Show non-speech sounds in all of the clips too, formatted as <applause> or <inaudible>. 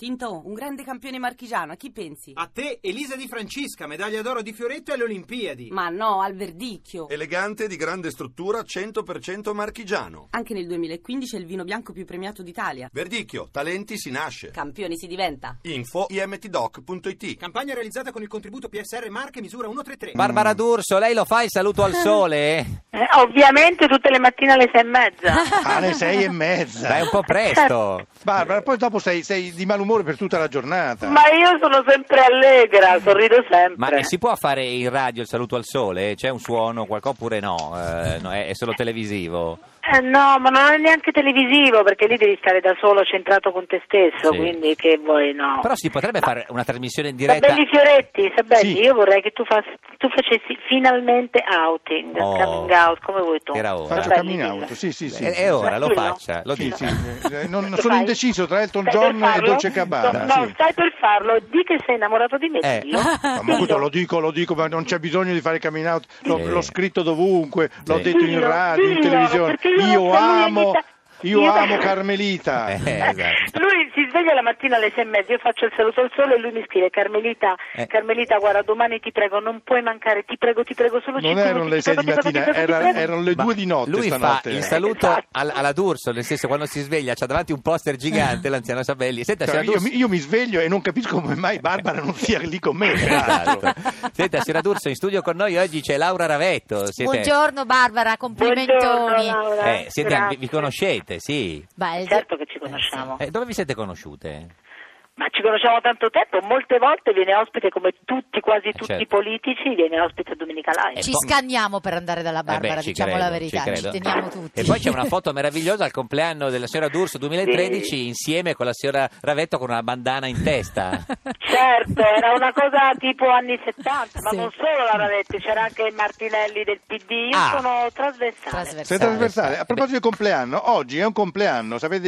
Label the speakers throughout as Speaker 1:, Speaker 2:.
Speaker 1: Tinto, un grande campione marchigiano, a chi pensi?
Speaker 2: A te Elisa Di Francesca, medaglia d'oro di Fioretto alle Olimpiadi.
Speaker 1: Ma no, al verdicchio.
Speaker 3: Eh. Elegante, di grande struttura, 100% marchigiano.
Speaker 1: Anche nel 2015 è il vino bianco più premiato d'Italia.
Speaker 3: Verdicchio, talenti si nasce.
Speaker 1: Campioni si diventa.
Speaker 3: Info imtdoc.it
Speaker 2: Campagna realizzata con il contributo PSR Marche misura 133.
Speaker 4: Barbara D'Urso, lei lo fa il saluto al sole?
Speaker 5: Eh, ovviamente tutte le mattine alle sei
Speaker 4: <laughs>
Speaker 5: e mezza.
Speaker 6: Ah, alle sei e mezza.
Speaker 4: Beh, è un po' presto.
Speaker 6: Barbara, poi dopo sei, sei di malumore per tutta la giornata.
Speaker 5: Ma io sono sempre allegra, sorrido sempre.
Speaker 4: Ma eh, si può fare in radio il saluto al sole? C'è un suono, qualcosa oppure no? Eh, no, è, è solo televisivo.
Speaker 5: Eh, no, ma non è neanche televisivo perché lì devi stare da solo, centrato con te stesso,
Speaker 4: Sì.
Speaker 5: quindi che vuoi no.
Speaker 4: Però si potrebbe fare una trasmissione in diretta.
Speaker 5: Sabelli Fioretti, Sabelli,
Speaker 6: Sì.
Speaker 5: io vorrei che tu, fas- tu facessi finalmente outing,
Speaker 4: Oh.
Speaker 5: coming out, come vuoi tu.
Speaker 4: Era ora.
Speaker 6: Faccio
Speaker 5: Sabelli,
Speaker 6: coming
Speaker 5: dillo.
Speaker 6: out, sì, sì, sì.
Speaker 4: Eh, È, è ora, lo
Speaker 5: Dillo.
Speaker 4: faccia, lo
Speaker 6: Sì,
Speaker 4: dica.
Speaker 6: sì, eh, non-
Speaker 5: Lo
Speaker 6: sono
Speaker 5: fai?
Speaker 6: indeciso tra Elton
Speaker 5: Stai per
Speaker 6: John e
Speaker 5: farlo?
Speaker 6: Dolce Gabbana.
Speaker 5: No,
Speaker 6: sì.
Speaker 5: stai per farlo, di che sei innamorato di me,
Speaker 4: Eh.
Speaker 6: <laughs>
Speaker 5: dillo.
Speaker 6: Ma Macuto, lo dico, lo dico, ma non c'è bisogno di fare coming out. L'ho,
Speaker 4: Sì.
Speaker 6: l'ho scritto dovunque, l'ho
Speaker 4: Sì.
Speaker 6: detto in
Speaker 5: Dillo,
Speaker 6: radio, in
Speaker 5: dillo,
Speaker 6: televisione.
Speaker 5: perché io non so, lui
Speaker 6: amo,
Speaker 5: ogni ta-
Speaker 6: io
Speaker 5: io-
Speaker 6: amo Carmelita.
Speaker 4: Eh, esatto.
Speaker 5: Lui si sveglia la mattina alle sei e mezza, io faccio il saluto al sole e lui mi scrive Carmelita,
Speaker 4: Eh.
Speaker 5: Carmelita guarda domani ti prego, non puoi mancare, ti prego, ti prego, solo
Speaker 6: Non
Speaker 5: cinque
Speaker 6: erano
Speaker 5: minuti,
Speaker 6: le
Speaker 5: ti
Speaker 6: sei di
Speaker 5: prego, ti prego,
Speaker 6: mattina,
Speaker 5: ti prego, ti
Speaker 6: era-
Speaker 5: prego.
Speaker 6: erano le
Speaker 4: Ma
Speaker 6: due di notte
Speaker 4: lui
Speaker 6: stanotte.
Speaker 4: fa il saluto
Speaker 5: Esatto.
Speaker 4: al- alla D'Urso nel senso quando si sveglia c'ha davanti un poster gigante l'anziano Sabelli senta
Speaker 6: Cioè,
Speaker 4: signora
Speaker 6: io,
Speaker 4: D'Urso
Speaker 6: mi- io mi sveglio e non capisco come mai Barbara non sia lì con me.
Speaker 4: <laughs>
Speaker 6: peraltro.
Speaker 4: Esatto. Senta, signora D'Urso, in studio con noi oggi c'è Laura Ravetto. Siete-
Speaker 7: Buongiorno Barbara,
Speaker 5: Buongiorno
Speaker 7: complimentoni.
Speaker 5: Laura.
Speaker 4: eh, siete- vi,
Speaker 5: Grazie.
Speaker 4: vi conoscete, sì.
Speaker 7: Beh, es-
Speaker 5: Certo che ci conosciamo.
Speaker 4: Eh, dove vi siete conosciute?
Speaker 5: Ma ci conosciamo tanto tempo, molte volte viene ospite come tutti, quasi tutti
Speaker 4: certo.
Speaker 5: i politici, viene ospite a Domenica Live.
Speaker 4: Eh,
Speaker 7: ci
Speaker 4: poi-
Speaker 7: scanniamo per andare dalla Barbara,
Speaker 4: Eh beh, ci
Speaker 7: diciamo
Speaker 4: credo,
Speaker 7: la verità, ci,
Speaker 4: credo.
Speaker 7: teniamo tutti.
Speaker 4: E poi c'è una foto meravigliosa al compleanno della signora D'Urso 2013
Speaker 5: Sì.
Speaker 4: insieme con la signora Ravetto con una bandana in
Speaker 7: <laughs>
Speaker 4: testa.
Speaker 5: Certo, era una cosa tipo anni 70, ma
Speaker 7: Sì.
Speaker 5: non solo la Ravetti, c'era anche Martinelli del PD, io
Speaker 4: Ah.
Speaker 5: sono trasversale.
Speaker 6: Sei
Speaker 7: Trasversale.
Speaker 6: trasversale. A
Speaker 4: eh,
Speaker 6: proposito di compleanno, oggi è un compleanno, sapete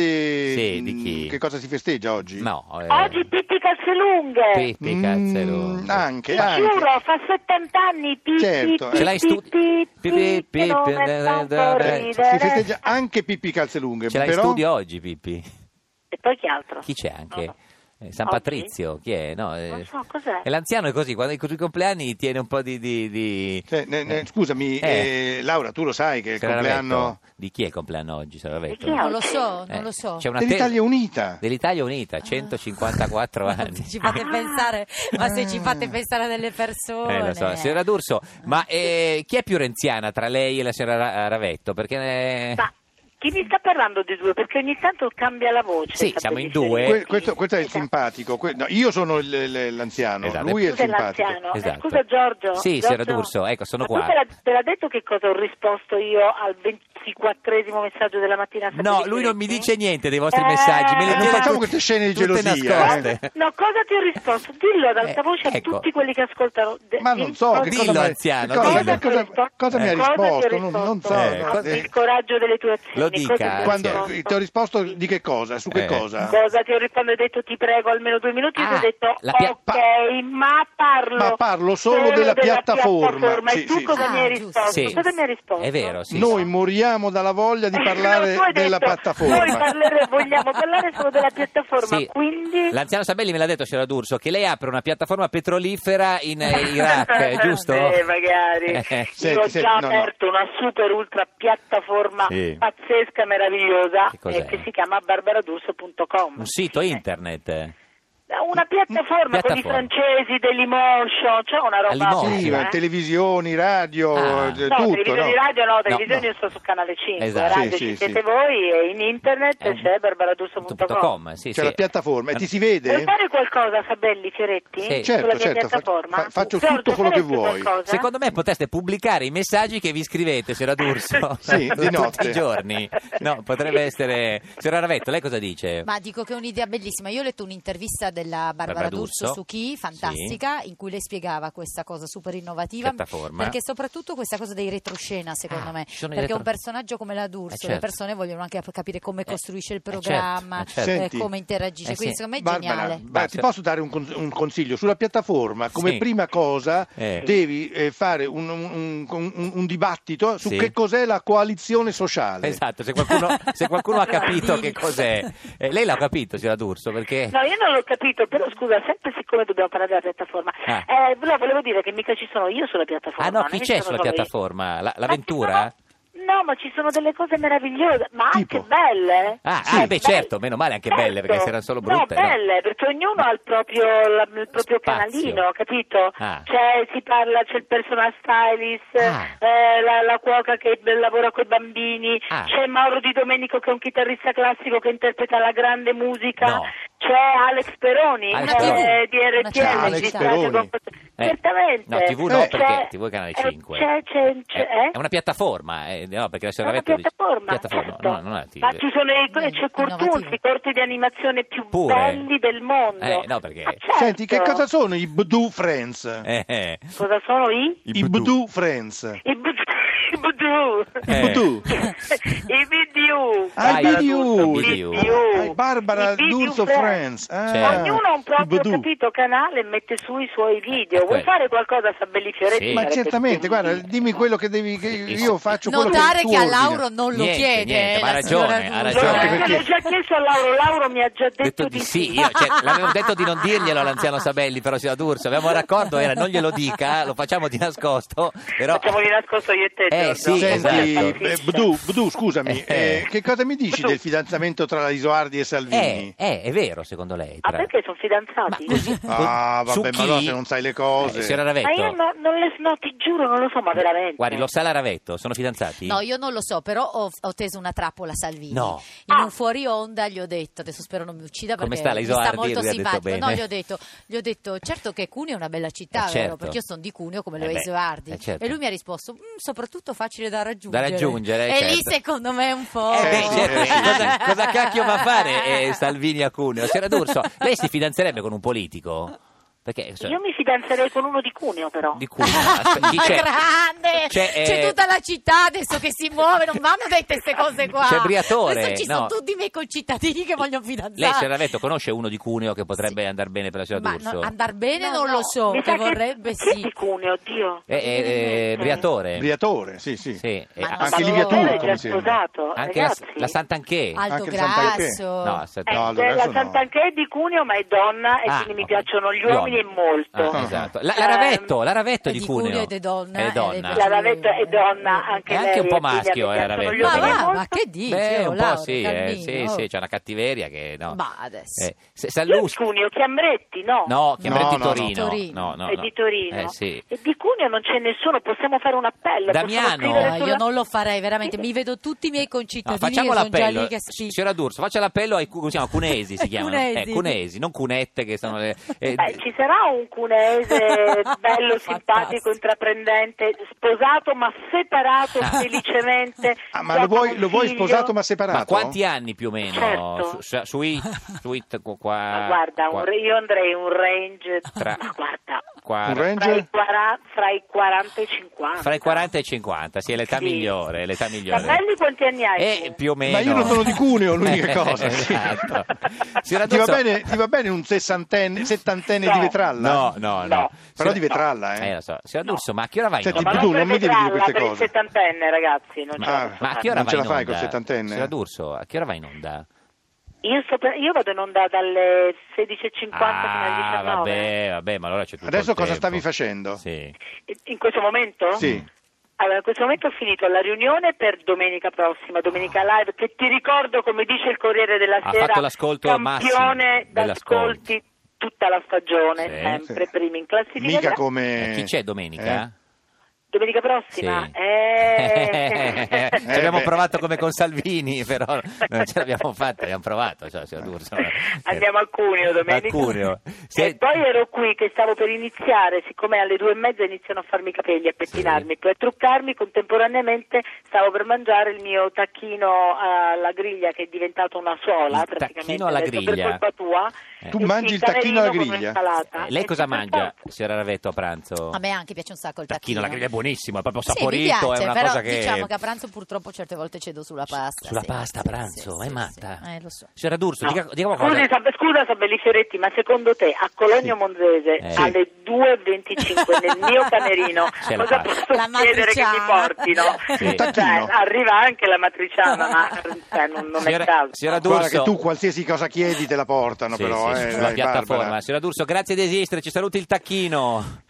Speaker 4: Sì, di chi?
Speaker 6: mh, che cosa si festeggia oggi?
Speaker 4: No, eh,
Speaker 5: Oggi Pitti Calzelunghe,
Speaker 4: Pippi
Speaker 6: Mm,
Speaker 4: Calzelunghe.
Speaker 6: anche,
Speaker 5: Ti
Speaker 6: anche.
Speaker 5: giuro, fa 70 anni Pitti,
Speaker 6: Certo, eh.
Speaker 4: Ce l'hai in studio?
Speaker 5: Pitti,
Speaker 4: Pipi,
Speaker 5: Pitti,
Speaker 4: pipi,
Speaker 5: non
Speaker 4: eh,
Speaker 5: è tanto
Speaker 4: eh, eh,
Speaker 6: Si
Speaker 5: ridere.
Speaker 6: festeggia anche Pippi Calzelunghe.
Speaker 4: Ce l'hai in
Speaker 6: però-
Speaker 4: studio oggi, Pippi?
Speaker 5: E poi chi altro?
Speaker 4: Chi c'è anche?
Speaker 5: No,
Speaker 4: Eh, San
Speaker 5: Oggi?
Speaker 4: Patrizio, chi è? No, eh,
Speaker 5: Non so, cos'è?
Speaker 4: E l'anziano è così, quando i compleanni tiene un po' di... di, di-
Speaker 6: Cioè, ne- ne- scusami,
Speaker 4: Eh.
Speaker 6: eh, Laura, tu lo sai che il
Speaker 4: Sarà
Speaker 6: compleanno
Speaker 4: Ravetto? Di chi è il compleanno oggi, Sara Ravetto?
Speaker 5: Di chi è?
Speaker 7: Non lo so,
Speaker 4: Eh,
Speaker 7: non lo so. Ah.
Speaker 4: c'è una
Speaker 6: dell'Italia
Speaker 4: tesi-
Speaker 6: Unita.
Speaker 4: dell'Italia Unita,
Speaker 7: <laughs>
Speaker 4: 154 anni.
Speaker 7: Se ci fate pensare, ma se ci fate pensare a delle persone.
Speaker 4: Eh, lo so, signora
Speaker 7: Ah.
Speaker 4: D'Urso, ma eh, chi è più renziana tra lei e la signora Ra- Ravetto? Perché... eh,
Speaker 5: Ma chi mi sta parlando di due? Perché ogni tanto cambia la voce.
Speaker 4: Sì,
Speaker 5: sta
Speaker 4: siamo in
Speaker 5: bellissima.
Speaker 4: due. Eh.
Speaker 6: Que- questo, questo è il
Speaker 5: Esatto.
Speaker 6: simpatico. que- no, io sono il- il- l'anziano,
Speaker 4: Esatto.
Speaker 6: lui è il
Speaker 5: Tu sei
Speaker 6: simpatico.
Speaker 5: l'anziano. Eh,
Speaker 4: Esatto.
Speaker 5: scusa Giorgio.
Speaker 4: Sì,
Speaker 5: Giorgio,
Speaker 4: signora D'Urso, ecco, sono
Speaker 5: ma
Speaker 4: qua.
Speaker 5: Tu te l'ha, te l'ha detto che cosa ho risposto io al 24esimo messaggio della mattina? Sapete
Speaker 4: No,
Speaker 5: chi
Speaker 4: lui non mi
Speaker 5: metti?
Speaker 4: dice niente dei vostri
Speaker 5: Eh,
Speaker 4: messaggi. Me li
Speaker 5: Eh,
Speaker 4: tiene
Speaker 6: facciamo
Speaker 4: tutti-
Speaker 6: queste scene di
Speaker 4: tutte
Speaker 6: gelosia,
Speaker 4: nascoste.
Speaker 6: eh.
Speaker 5: No, cosa ti ho risposto? Dillo ad alta
Speaker 4: Eh,
Speaker 5: voce a
Speaker 4: ecco.
Speaker 5: tutti quelli che ascoltano. De-
Speaker 6: Ma
Speaker 5: ti
Speaker 6: non so, che
Speaker 5: rispondo-
Speaker 4: Dillo,
Speaker 6: cosa, mi-
Speaker 4: anziano,
Speaker 6: che cosa,
Speaker 4: dillo.
Speaker 6: che cosa- cosa mi ha
Speaker 5: Eh.
Speaker 6: risposto?
Speaker 5: Cosa ti ho
Speaker 6: Non, non so.
Speaker 4: risposto?
Speaker 5: Abbi
Speaker 4: Eh,
Speaker 6: no,
Speaker 4: cosa-
Speaker 5: il coraggio delle tue azioni.
Speaker 4: Lo dica,
Speaker 5: cosa ti ho
Speaker 6: Quando
Speaker 5: risposto?
Speaker 6: ti ho risposto di che cosa? Su che
Speaker 4: Ah, Eh.
Speaker 6: cosa?
Speaker 5: Cosa ti ho rispondo? Hai detto ti prego almeno due minuti. io ti
Speaker 4: Ah,
Speaker 5: ho detto
Speaker 4: la pia-
Speaker 5: ok, ma parlo.
Speaker 6: Ma parlo solo della piattaforma.
Speaker 5: e
Speaker 6: Sì,
Speaker 5: tu
Speaker 6: sì,
Speaker 5: cosa
Speaker 7: sì.
Speaker 5: mi hai
Speaker 7: Ah, giusto.
Speaker 5: risposto?
Speaker 4: Sì.
Speaker 5: Cosa mi hai risposto?
Speaker 4: È vero, sì.
Speaker 6: Noi moriamo dalla voglia di parlare
Speaker 5: No, Eh, tu hai
Speaker 6: della
Speaker 5: detto,
Speaker 6: piattaforma.
Speaker 5: Noi parlere- vogliamo parlare solo della piattaforma,
Speaker 4: Sì.
Speaker 5: quindi...
Speaker 4: L'anziano Sabelli me l'ha detto, signora D'Urso, che lei apre una piattaforma petrolifera in eh,
Speaker 5: <laughs>
Speaker 4: Iraq, eh, giusto?
Speaker 5: Eh, magari.
Speaker 4: Eh,
Speaker 6: Senti,
Speaker 5: Io ho
Speaker 6: senti,
Speaker 5: già
Speaker 6: no, no.
Speaker 5: aperto una super ultra piattaforma
Speaker 4: Sì.
Speaker 5: pazzesca, meravigliosa,
Speaker 4: Che
Speaker 5: eh,
Speaker 4: cos'è?
Speaker 5: che, si chiama barbaradurso.com.
Speaker 4: Un sito internet. eh.
Speaker 5: Una piattaforma, con i
Speaker 4: Piattaforma.
Speaker 5: francesi, dell'Emotion, c'è una roba...
Speaker 4: Dailymotion.
Speaker 6: Sì,
Speaker 4: Eh.
Speaker 6: ma televisioni, radio,
Speaker 4: Ah.
Speaker 6: eh,
Speaker 5: No,
Speaker 6: tutto.
Speaker 5: televisioni
Speaker 6: no?
Speaker 5: radio no, televisioni
Speaker 4: no.
Speaker 5: io sto su canale 5,
Speaker 4: Esatto.
Speaker 5: radio
Speaker 6: Sì,
Speaker 5: ci
Speaker 6: sì,
Speaker 5: siete
Speaker 6: sì.
Speaker 5: voi e in internet
Speaker 4: È un-
Speaker 5: Eh, c'è barbaradurso.com.
Speaker 4: eh, .com, sì,
Speaker 6: C'è
Speaker 4: sì.
Speaker 6: Cioè, la piattaforma e ti si
Speaker 5: Vuoi
Speaker 6: vede?
Speaker 5: fare qualcosa, Sabelli Fioretti?
Speaker 4: Sì.
Speaker 6: Certo,
Speaker 5: Sulla mia
Speaker 6: certo, fac-
Speaker 5: piattaforma?
Speaker 6: fa- faccio
Speaker 5: Giorgio,
Speaker 6: tutto quello che
Speaker 5: faresti
Speaker 6: vuoi.
Speaker 5: qualcosa?
Speaker 4: Secondo me potreste pubblicare i messaggi che vi scrivete, signora D'Urso,
Speaker 6: <laughs> Sì,
Speaker 4: <laughs>
Speaker 6: di
Speaker 4: tutti
Speaker 6: notte.
Speaker 4: i giorni. No, potrebbe essere... Signora Ravetto, lei cosa dice?
Speaker 7: Ma dico che è un'idea bellissima. Io ho letto un'intervista della da Barbara
Speaker 4: Barbara
Speaker 7: D'Urso
Speaker 4: D'Urso,
Speaker 7: su Chi, fantastica, in cui lei spiegava questa cosa super innovativa.
Speaker 4: Piattaforma.
Speaker 7: Perché soprattutto questa cosa dei retroscena, secondo
Speaker 4: Ah,
Speaker 7: me.
Speaker 4: ci sono i
Speaker 7: Perché
Speaker 4: retro-
Speaker 7: un personaggio come la D'Urso,
Speaker 4: Eh, certo.
Speaker 7: le persone vogliono anche capire come
Speaker 4: Eh,
Speaker 7: costruisce il
Speaker 4: eh, certo,
Speaker 7: programma,
Speaker 4: eh, certo.
Speaker 7: eh,
Speaker 6: Senti.
Speaker 7: come interagisce.
Speaker 4: Eh,
Speaker 7: Quindi,
Speaker 4: sì.
Speaker 7: secondo me è
Speaker 6: Barbara,
Speaker 7: geniale.
Speaker 6: Ba- ti posso dare un, cons- un consiglio? Sulla piattaforma, come
Speaker 4: Sì.
Speaker 6: prima cosa,
Speaker 4: Eh.
Speaker 6: devi eh, fare un, un- un- un dibattito su
Speaker 4: Sì.
Speaker 6: che cos'è la coalizione sociale.
Speaker 4: Esatto, se qualcuno, se qualcuno ha capito
Speaker 1: Dillo.
Speaker 4: che
Speaker 7: <laughs>
Speaker 4: cos'è. Eh, lei l'ha capito, signora D'Urso, perché...
Speaker 5: No, io non l'ho capito, però scusa, sempre siccome dobbiamo parlare della piattaforma,
Speaker 4: Ah.
Speaker 5: eh, no, volevo dire che mica ci sono io sulla piattaforma.
Speaker 4: Ah no,
Speaker 5: non è
Speaker 4: chi
Speaker 5: che
Speaker 4: c'è
Speaker 5: sono
Speaker 4: sulla
Speaker 5: solo io.
Speaker 4: piattaforma? La-
Speaker 5: Ma
Speaker 4: l'avventura?
Speaker 5: ci sono- No, ma ci sono delle cose meravigliose, ma
Speaker 6: Tipo?
Speaker 5: anche belle.
Speaker 4: Ah,
Speaker 6: Sì.
Speaker 4: ah, beh certo, meno male anche belle, perché se erano solo brutte.
Speaker 5: No,
Speaker 4: no.
Speaker 5: belle, perché ognuno ha il proprio, la- il proprio
Speaker 4: Spazio.
Speaker 5: canalino, capito?
Speaker 4: Ah.
Speaker 5: C'è, si parla, c'è il personal stylist,
Speaker 4: Ah.
Speaker 5: eh, la, la cuoca che lavora con i bambini,
Speaker 4: Ah.
Speaker 5: c'è Mauro Di Domenico che è un chitarrista classico che interpreta la grande musica,
Speaker 4: No.
Speaker 5: c'è Alex Peroni
Speaker 4: Alex
Speaker 5: che è
Speaker 7: Peroni.
Speaker 5: di
Speaker 7: Ma
Speaker 5: RTL.
Speaker 7: c'è Alex
Speaker 5: ci sta-
Speaker 6: Peroni.
Speaker 4: Eh,
Speaker 5: Certamente. Cioè,
Speaker 4: No, TV no,
Speaker 6: Eh.
Speaker 4: perché
Speaker 5: C'è-
Speaker 4: TV è Canale
Speaker 5: eh,
Speaker 4: 5.
Speaker 5: C'è, c'è, c'è,
Speaker 4: è,
Speaker 5: eh?
Speaker 4: è una piattaforma, eh, no, perché la
Speaker 5: È
Speaker 4: signora
Speaker 5: una
Speaker 4: Retto dice-
Speaker 5: piattaforma,
Speaker 4: piattaforma,
Speaker 5: certo.
Speaker 4: no, non è TV.
Speaker 5: ma ci sono i,
Speaker 7: Eh,
Speaker 5: c'è Curtunzi,
Speaker 7: innovativo.
Speaker 5: i corti di animazione più
Speaker 4: Pure.
Speaker 5: belli del mondo.
Speaker 4: Eh, no, perché-
Speaker 5: Ma certo.
Speaker 6: Senti, che cosa sono i Bdu Friends?
Speaker 4: Eh, eh.
Speaker 5: Cosa sono i?
Speaker 6: I Bdu Friends.
Speaker 4: <laughs>
Speaker 5: I budu. I budu.
Speaker 4: Eh.
Speaker 6: I Bdu.
Speaker 5: <laughs> I BDU.
Speaker 6: Ah, i
Speaker 4: Dai,
Speaker 6: BDU.
Speaker 4: i BDU.
Speaker 6: Ah, Barbara
Speaker 5: I BDU
Speaker 6: D'Urso Friends. Ah,
Speaker 5: Ognuno ha un proprio
Speaker 6: i BDU.
Speaker 5: capito canale e mette su i suoi video.
Speaker 4: Eh, quello.
Speaker 5: Vuoi fare qualcosa Sabelli Fioretti?
Speaker 4: Sì.
Speaker 6: Ma
Speaker 5: Sarebbe
Speaker 6: certamente, guarda,
Speaker 5: incredibile.
Speaker 6: dimmi quello che devi, che io faccio quello
Speaker 7: Notare
Speaker 6: tu
Speaker 7: che a
Speaker 6: ordini.
Speaker 7: Lauro non lo
Speaker 4: Niente,
Speaker 7: chiede.
Speaker 4: niente,
Speaker 7: eh,
Speaker 4: ma ha
Speaker 7: la signora
Speaker 4: ragione, ha
Speaker 7: D'Urso.
Speaker 6: ragione.
Speaker 5: Guarda,
Speaker 6: Perché-
Speaker 5: L'ho già chiesto a Lauro, Lauro mi ha già detto,
Speaker 4: detto di sì, io, cioè, l'avevo detto di non dirglielo
Speaker 5: <laughs>
Speaker 4: all'anziano Sabelli, però signora D'Urso, avevamo un raccordo, era non glielo dica, lo facciamo di nascosto, però...
Speaker 5: Facciamo di nascosto io e te.
Speaker 4: Eh,
Speaker 5: Giorgio.
Speaker 4: sì,
Speaker 6: Senti,
Speaker 4: esatto.
Speaker 6: eh, Bdu, Bdu, scusami,
Speaker 4: Eh.
Speaker 6: eh, che cosa mi dici
Speaker 5: Bdu.
Speaker 6: del fidanzamento tra la Isoardi e
Speaker 4: Eh,
Speaker 6: Salvini?
Speaker 4: eh, è vero secondo lei.
Speaker 5: Ah,
Speaker 4: tra-
Speaker 5: perché sono fidanzati?
Speaker 6: Ah,
Speaker 4: Su
Speaker 6: vabbè, ma
Speaker 4: chi?
Speaker 6: allora se non sai le cose.
Speaker 4: Eh, signora
Speaker 5: Ma
Speaker 4: Ravetto,
Speaker 5: io no- non le no, ti giuro, non lo so, ma veramente.
Speaker 4: guardi, lo sa la Ravetto, sono fidanzati?
Speaker 7: No, io non lo so, però ho, ho teso una trappola a Salvini.
Speaker 4: No.
Speaker 7: In
Speaker 5: Ah.
Speaker 7: un fuori onda gli ho detto, adesso spero non mi uccida
Speaker 4: Come
Speaker 7: perché
Speaker 4: sta la
Speaker 7: mi
Speaker 4: Isoardi?
Speaker 7: sta molto
Speaker 4: Lui ha detto
Speaker 7: simpatico. No,
Speaker 4: bene.
Speaker 7: gli ho detto, gli ho detto, certo che Cuneo è una bella città,
Speaker 4: Eh,
Speaker 7: vero?
Speaker 4: certo.
Speaker 7: Perché io sono di Cuneo come
Speaker 4: Eh
Speaker 7: lo è
Speaker 4: beh,
Speaker 7: Isoardi.
Speaker 4: eh, certo.
Speaker 7: E lui mi ha risposto, "Mm, soprattutto facile da raggiungere.
Speaker 4: Da raggiungere,
Speaker 7: E lì
Speaker 4: certo.
Speaker 7: secondo me è un po'...
Speaker 4: Eh, beh,
Speaker 6: Oh.
Speaker 4: certo,
Speaker 7: <laughs>
Speaker 6: Sì.
Speaker 4: cosa, cosa cacchio va a fare eh, Salvini a Cuneo? Signora D'Urso, lei si fidanzerebbe con un politico? Perché, cioè,
Speaker 5: Io mi fidanzerei con uno di Cuneo, però.
Speaker 4: Esatto, di Cuneo,
Speaker 7: <laughs>
Speaker 4: aspe- chi c'è?
Speaker 7: Grande!
Speaker 4: C'è,
Speaker 7: C'è,
Speaker 4: eh,
Speaker 7: tutta la città adesso che si muove, non vanno dette queste cose qua.
Speaker 4: C'è Briatore,
Speaker 7: Adesso ci
Speaker 4: no.
Speaker 7: sono tutti i miei concittadini che vogliono fidanzare.
Speaker 4: Lei, signora Ravetto, conosce uno di Cuneo che potrebbe andare bene per la signora
Speaker 7: Ma
Speaker 4: D'Urso?
Speaker 7: andare bene
Speaker 5: No,
Speaker 7: non
Speaker 5: no,
Speaker 7: lo so,
Speaker 5: mi
Speaker 7: che
Speaker 5: sa
Speaker 7: vorrebbe
Speaker 5: chi è
Speaker 7: sì.
Speaker 5: di Cuneo, oddio.
Speaker 4: Eh, eh, eh, Briatore?
Speaker 6: Briatore, sì, sì.
Speaker 4: Sì, eh,
Speaker 7: Ma
Speaker 6: anche
Speaker 7: Solo-
Speaker 6: Livia
Speaker 5: Lui
Speaker 6: Turco,
Speaker 5: è
Speaker 7: Eh,
Speaker 5: già
Speaker 6: mi sembra.
Speaker 5: sposato,
Speaker 4: anche la,
Speaker 5: ragazzi.
Speaker 4: la Sant'Anché?
Speaker 7: Alto
Speaker 6: Anche Sant'Alpè.
Speaker 7: Grasso.
Speaker 4: No, Santa-
Speaker 5: Eh,
Speaker 6: No,
Speaker 5: beh,
Speaker 6: adesso
Speaker 5: la
Speaker 6: no.
Speaker 5: Sant'Anché è di Cuneo, ma è donna e
Speaker 4: Ah,
Speaker 5: quindi mi
Speaker 4: ok.
Speaker 5: piacciono gli uomini e molto.
Speaker 4: Ah, esatto. La, la Ravetto, la Ravetto è di,
Speaker 7: Eh, Di Cuneo ed è donna,
Speaker 4: È donna.
Speaker 7: ed
Speaker 5: La Ravetto è donna anche
Speaker 4: È anche
Speaker 5: lei,
Speaker 4: un po'
Speaker 5: e quindi
Speaker 4: maschio,
Speaker 5: mi
Speaker 4: eh,
Speaker 5: piacciono gli
Speaker 4: Ravetto,
Speaker 5: uomini
Speaker 7: ma va,
Speaker 4: però.
Speaker 5: molto.
Speaker 7: ma che dici?
Speaker 4: Beh,
Speaker 7: oh,
Speaker 4: un
Speaker 7: Laura,
Speaker 4: po' sì, eh,
Speaker 7: Calvino,
Speaker 4: sì,
Speaker 7: oh.
Speaker 4: sì, c'è una cattiveria che no.
Speaker 7: Ma adesso.
Speaker 4: Eh, se-
Speaker 5: Io di
Speaker 4: Sallusti-
Speaker 5: Cuneo, Chiambretti, no.
Speaker 4: No, che
Speaker 6: No,
Speaker 4: è di
Speaker 6: no, no.
Speaker 4: Torino.
Speaker 7: Torino.
Speaker 4: No, no,
Speaker 5: è
Speaker 4: no.
Speaker 5: di Torino.
Speaker 4: Eh, sì.
Speaker 5: E di Cuneo non c'è nessuno, possiamo fare un appello. possiamo
Speaker 4: Damiano. eh,
Speaker 5: scrivere
Speaker 7: No,
Speaker 5: sulla-
Speaker 7: io non lo farei veramente, mi vedo tutti i miei
Speaker 4: No,
Speaker 7: concittadini
Speaker 4: facciamo
Speaker 7: che sono già
Speaker 4: l'appello,
Speaker 7: lì che sì.
Speaker 4: signora D'Urso, faccia l'appello ai cu- come si chiamano? cunesi,
Speaker 7: <laughs>
Speaker 4: si chiamano,
Speaker 7: Cunesi.
Speaker 4: Eh, cunesi, non cunette che sono le... eh,
Speaker 5: Beh, ci sarà
Speaker 4: <laughs>
Speaker 5: un cunese bello,
Speaker 7: Fantastico.
Speaker 5: simpatico, intraprendente, sposato ma
Speaker 4: <laughs>
Speaker 5: separato
Speaker 4: Ah.
Speaker 5: felicemente.
Speaker 6: Ah, ma
Speaker 5: già
Speaker 6: lo vuoi,
Speaker 5: con
Speaker 6: lo vuoi
Speaker 5: figlio.
Speaker 6: sposato ma separato?
Speaker 4: ma quanti anni più o meno?
Speaker 5: Certo.
Speaker 4: Su- sui, sui t- qua...
Speaker 5: Ma guarda, un-
Speaker 4: Ah, qua-
Speaker 5: io andrei un range,
Speaker 4: Tra-
Speaker 5: ma guarda,
Speaker 4: qua-
Speaker 6: Un
Speaker 5: fra i,
Speaker 6: ranger?
Speaker 5: 40, fra i 40 e i 50.
Speaker 4: fra i 40 e i 50, sì, è l'età
Speaker 5: Sì.
Speaker 4: migliore, l'età migliore.
Speaker 5: Capelli quanti anni hai?
Speaker 4: Eh,
Speaker 5: tu?
Speaker 4: più o meno.
Speaker 6: Ma io non sono di Cuneo, l'unica
Speaker 4: <laughs> Eh,
Speaker 6: cosa, sì. <laughs>
Speaker 4: esatto. Signora
Speaker 6: Ti va,
Speaker 4: D'Urso-
Speaker 6: bene, ti va bene un sessantenne, settantenne
Speaker 5: No.
Speaker 6: di vetralla?
Speaker 4: No, no, no.
Speaker 5: No.
Speaker 6: Però
Speaker 4: Signora-
Speaker 6: di vetralla,
Speaker 4: Eh,
Speaker 6: eh.
Speaker 4: lo so. Signora D'Urso, ma a che ora vai in
Speaker 6: Senti,
Speaker 5: Ma
Speaker 4: onda? Ah,
Speaker 6: tu
Speaker 5: non
Speaker 6: non mi devi dire
Speaker 5: prevedralla
Speaker 6: queste
Speaker 5: per il
Speaker 6: cose.
Speaker 5: settantenne, ragazzi. non
Speaker 6: Ma-
Speaker 5: ce la posso
Speaker 4: Ma a
Speaker 5: fare.
Speaker 4: che ora
Speaker 6: Non
Speaker 4: vai
Speaker 6: ce la
Speaker 4: in
Speaker 6: fai
Speaker 4: onda?
Speaker 6: col settantenne?
Speaker 4: Signora D'Urso, a che ora vai in onda?
Speaker 5: Io, sto per- io vado in onda dalle 16.50 fino
Speaker 4: Ah,
Speaker 5: alle 19.
Speaker 4: vabbè, vabbè, ma allora c'è tutto
Speaker 6: Adesso
Speaker 4: il
Speaker 6: cosa
Speaker 4: tempo.
Speaker 6: stavi facendo?
Speaker 4: Sì. Eh,
Speaker 5: In questo momento?
Speaker 6: Sì.
Speaker 5: Allora, in questo momento ho finito la riunione per domenica prossima, domenica live, che ti ricordo, come dice il Corriere della
Speaker 4: Ah. Ha
Speaker 5: Sera,
Speaker 4: fatto l'ascolto massimo
Speaker 5: campione
Speaker 4: dell'ascolto.
Speaker 5: d'ascolti tutta la stagione,
Speaker 4: Sì.
Speaker 5: sempre
Speaker 6: Sì.
Speaker 5: primi in classifica.
Speaker 6: Mica
Speaker 5: Gra-
Speaker 6: come...
Speaker 4: Eh, chi c'è Eh, domenica?
Speaker 6: Eh?
Speaker 5: Domenica prossima?
Speaker 4: Sì.
Speaker 5: Eh.
Speaker 4: <laughs> Ci abbiamo
Speaker 6: beh.
Speaker 4: provato come con Salvini, però non ce l'abbiamo fatta, abbiamo provato, cioè, signor D'Ursula.
Speaker 5: Andiamo a Cuneo domenica.
Speaker 4: A
Speaker 5: <laughs>
Speaker 4: Cuneo. Se-
Speaker 5: E poi ero qui che stavo per iniziare, siccome alle due e mezza iniziano a farmi i capelli, a pettinarmi, poi a truccarmi, contemporaneamente stavo per mangiare il mio tacchino alla griglia che è diventato una sola
Speaker 4: Il
Speaker 5: praticamente.
Speaker 4: tacchino alla
Speaker 5: Ho detto,
Speaker 4: griglia.
Speaker 5: Per colpa tua.
Speaker 4: Eh.
Speaker 6: Tu
Speaker 5: E
Speaker 6: mangi
Speaker 5: sì,
Speaker 6: il tacchino alla
Speaker 5: taverino con
Speaker 6: griglia?
Speaker 5: un'insalata.
Speaker 4: Eh, lei
Speaker 5: E
Speaker 4: cosa
Speaker 5: per
Speaker 4: mangia,
Speaker 5: forza.
Speaker 4: signora Ravetto, a pranzo?
Speaker 7: A me anche piace un sacco il
Speaker 4: Tacchino,
Speaker 7: tacchino.
Speaker 4: la griglia è buonissima, è proprio
Speaker 7: Sì, mi
Speaker 4: saporito,
Speaker 7: piace,
Speaker 4: è una
Speaker 7: però
Speaker 4: cosa che...
Speaker 7: diciamo che a pranzo purtroppo certe volte cedo sulla pasta.
Speaker 4: Sulla
Speaker 7: sì,
Speaker 4: pasta a
Speaker 7: sì,
Speaker 4: pranzo,
Speaker 7: sì,
Speaker 4: è
Speaker 7: sì,
Speaker 4: matta.
Speaker 7: sì. Eh, lo so.
Speaker 4: Signora D'Urso,
Speaker 5: No.
Speaker 4: Cioè, dica, dica qualcosa.
Speaker 5: Scusi, Sab- scusa Sabelli Fioretti, ma secondo te a Cologno Monzese
Speaker 4: Eh.
Speaker 5: alle
Speaker 4: <laughs>
Speaker 5: 2.25 nel mio camerino
Speaker 4: Ce la
Speaker 5: cosa
Speaker 4: fa.
Speaker 5: posso
Speaker 7: La
Speaker 5: chiedere che mi
Speaker 7: matriciana.
Speaker 5: portino?
Speaker 4: Sì.
Speaker 5: Cioè,
Speaker 6: Tacchino.
Speaker 5: arriva anche la matriciana, ma cioè, non, non
Speaker 4: Signora-
Speaker 5: è caso. <laughs>
Speaker 4: signora D'Urso,
Speaker 6: Guarda che tu qualsiasi cosa chiedi te la portano
Speaker 4: Sì, sì,
Speaker 6: però. eh,
Speaker 4: sulla
Speaker 6: dai,
Speaker 4: piattaforma.
Speaker 6: Barbara.
Speaker 4: Signora D'Urso, grazie di esistere, ci saluti il tacchino.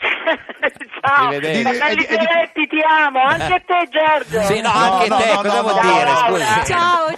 Speaker 5: Ciao,
Speaker 4: Arrivederci. Eh,
Speaker 5: Sabelli
Speaker 6: È di- è di-
Speaker 5: Fioretti, ti amo, anche a te Giorgio.
Speaker 4: Sì, no,
Speaker 6: No,
Speaker 4: anche
Speaker 6: no,
Speaker 4: te,
Speaker 6: no,
Speaker 4: cosa
Speaker 6: no,
Speaker 4: vuol
Speaker 6: no,
Speaker 4: dire?
Speaker 5: no,
Speaker 4: Scusi.
Speaker 5: no.
Speaker 7: Ciao,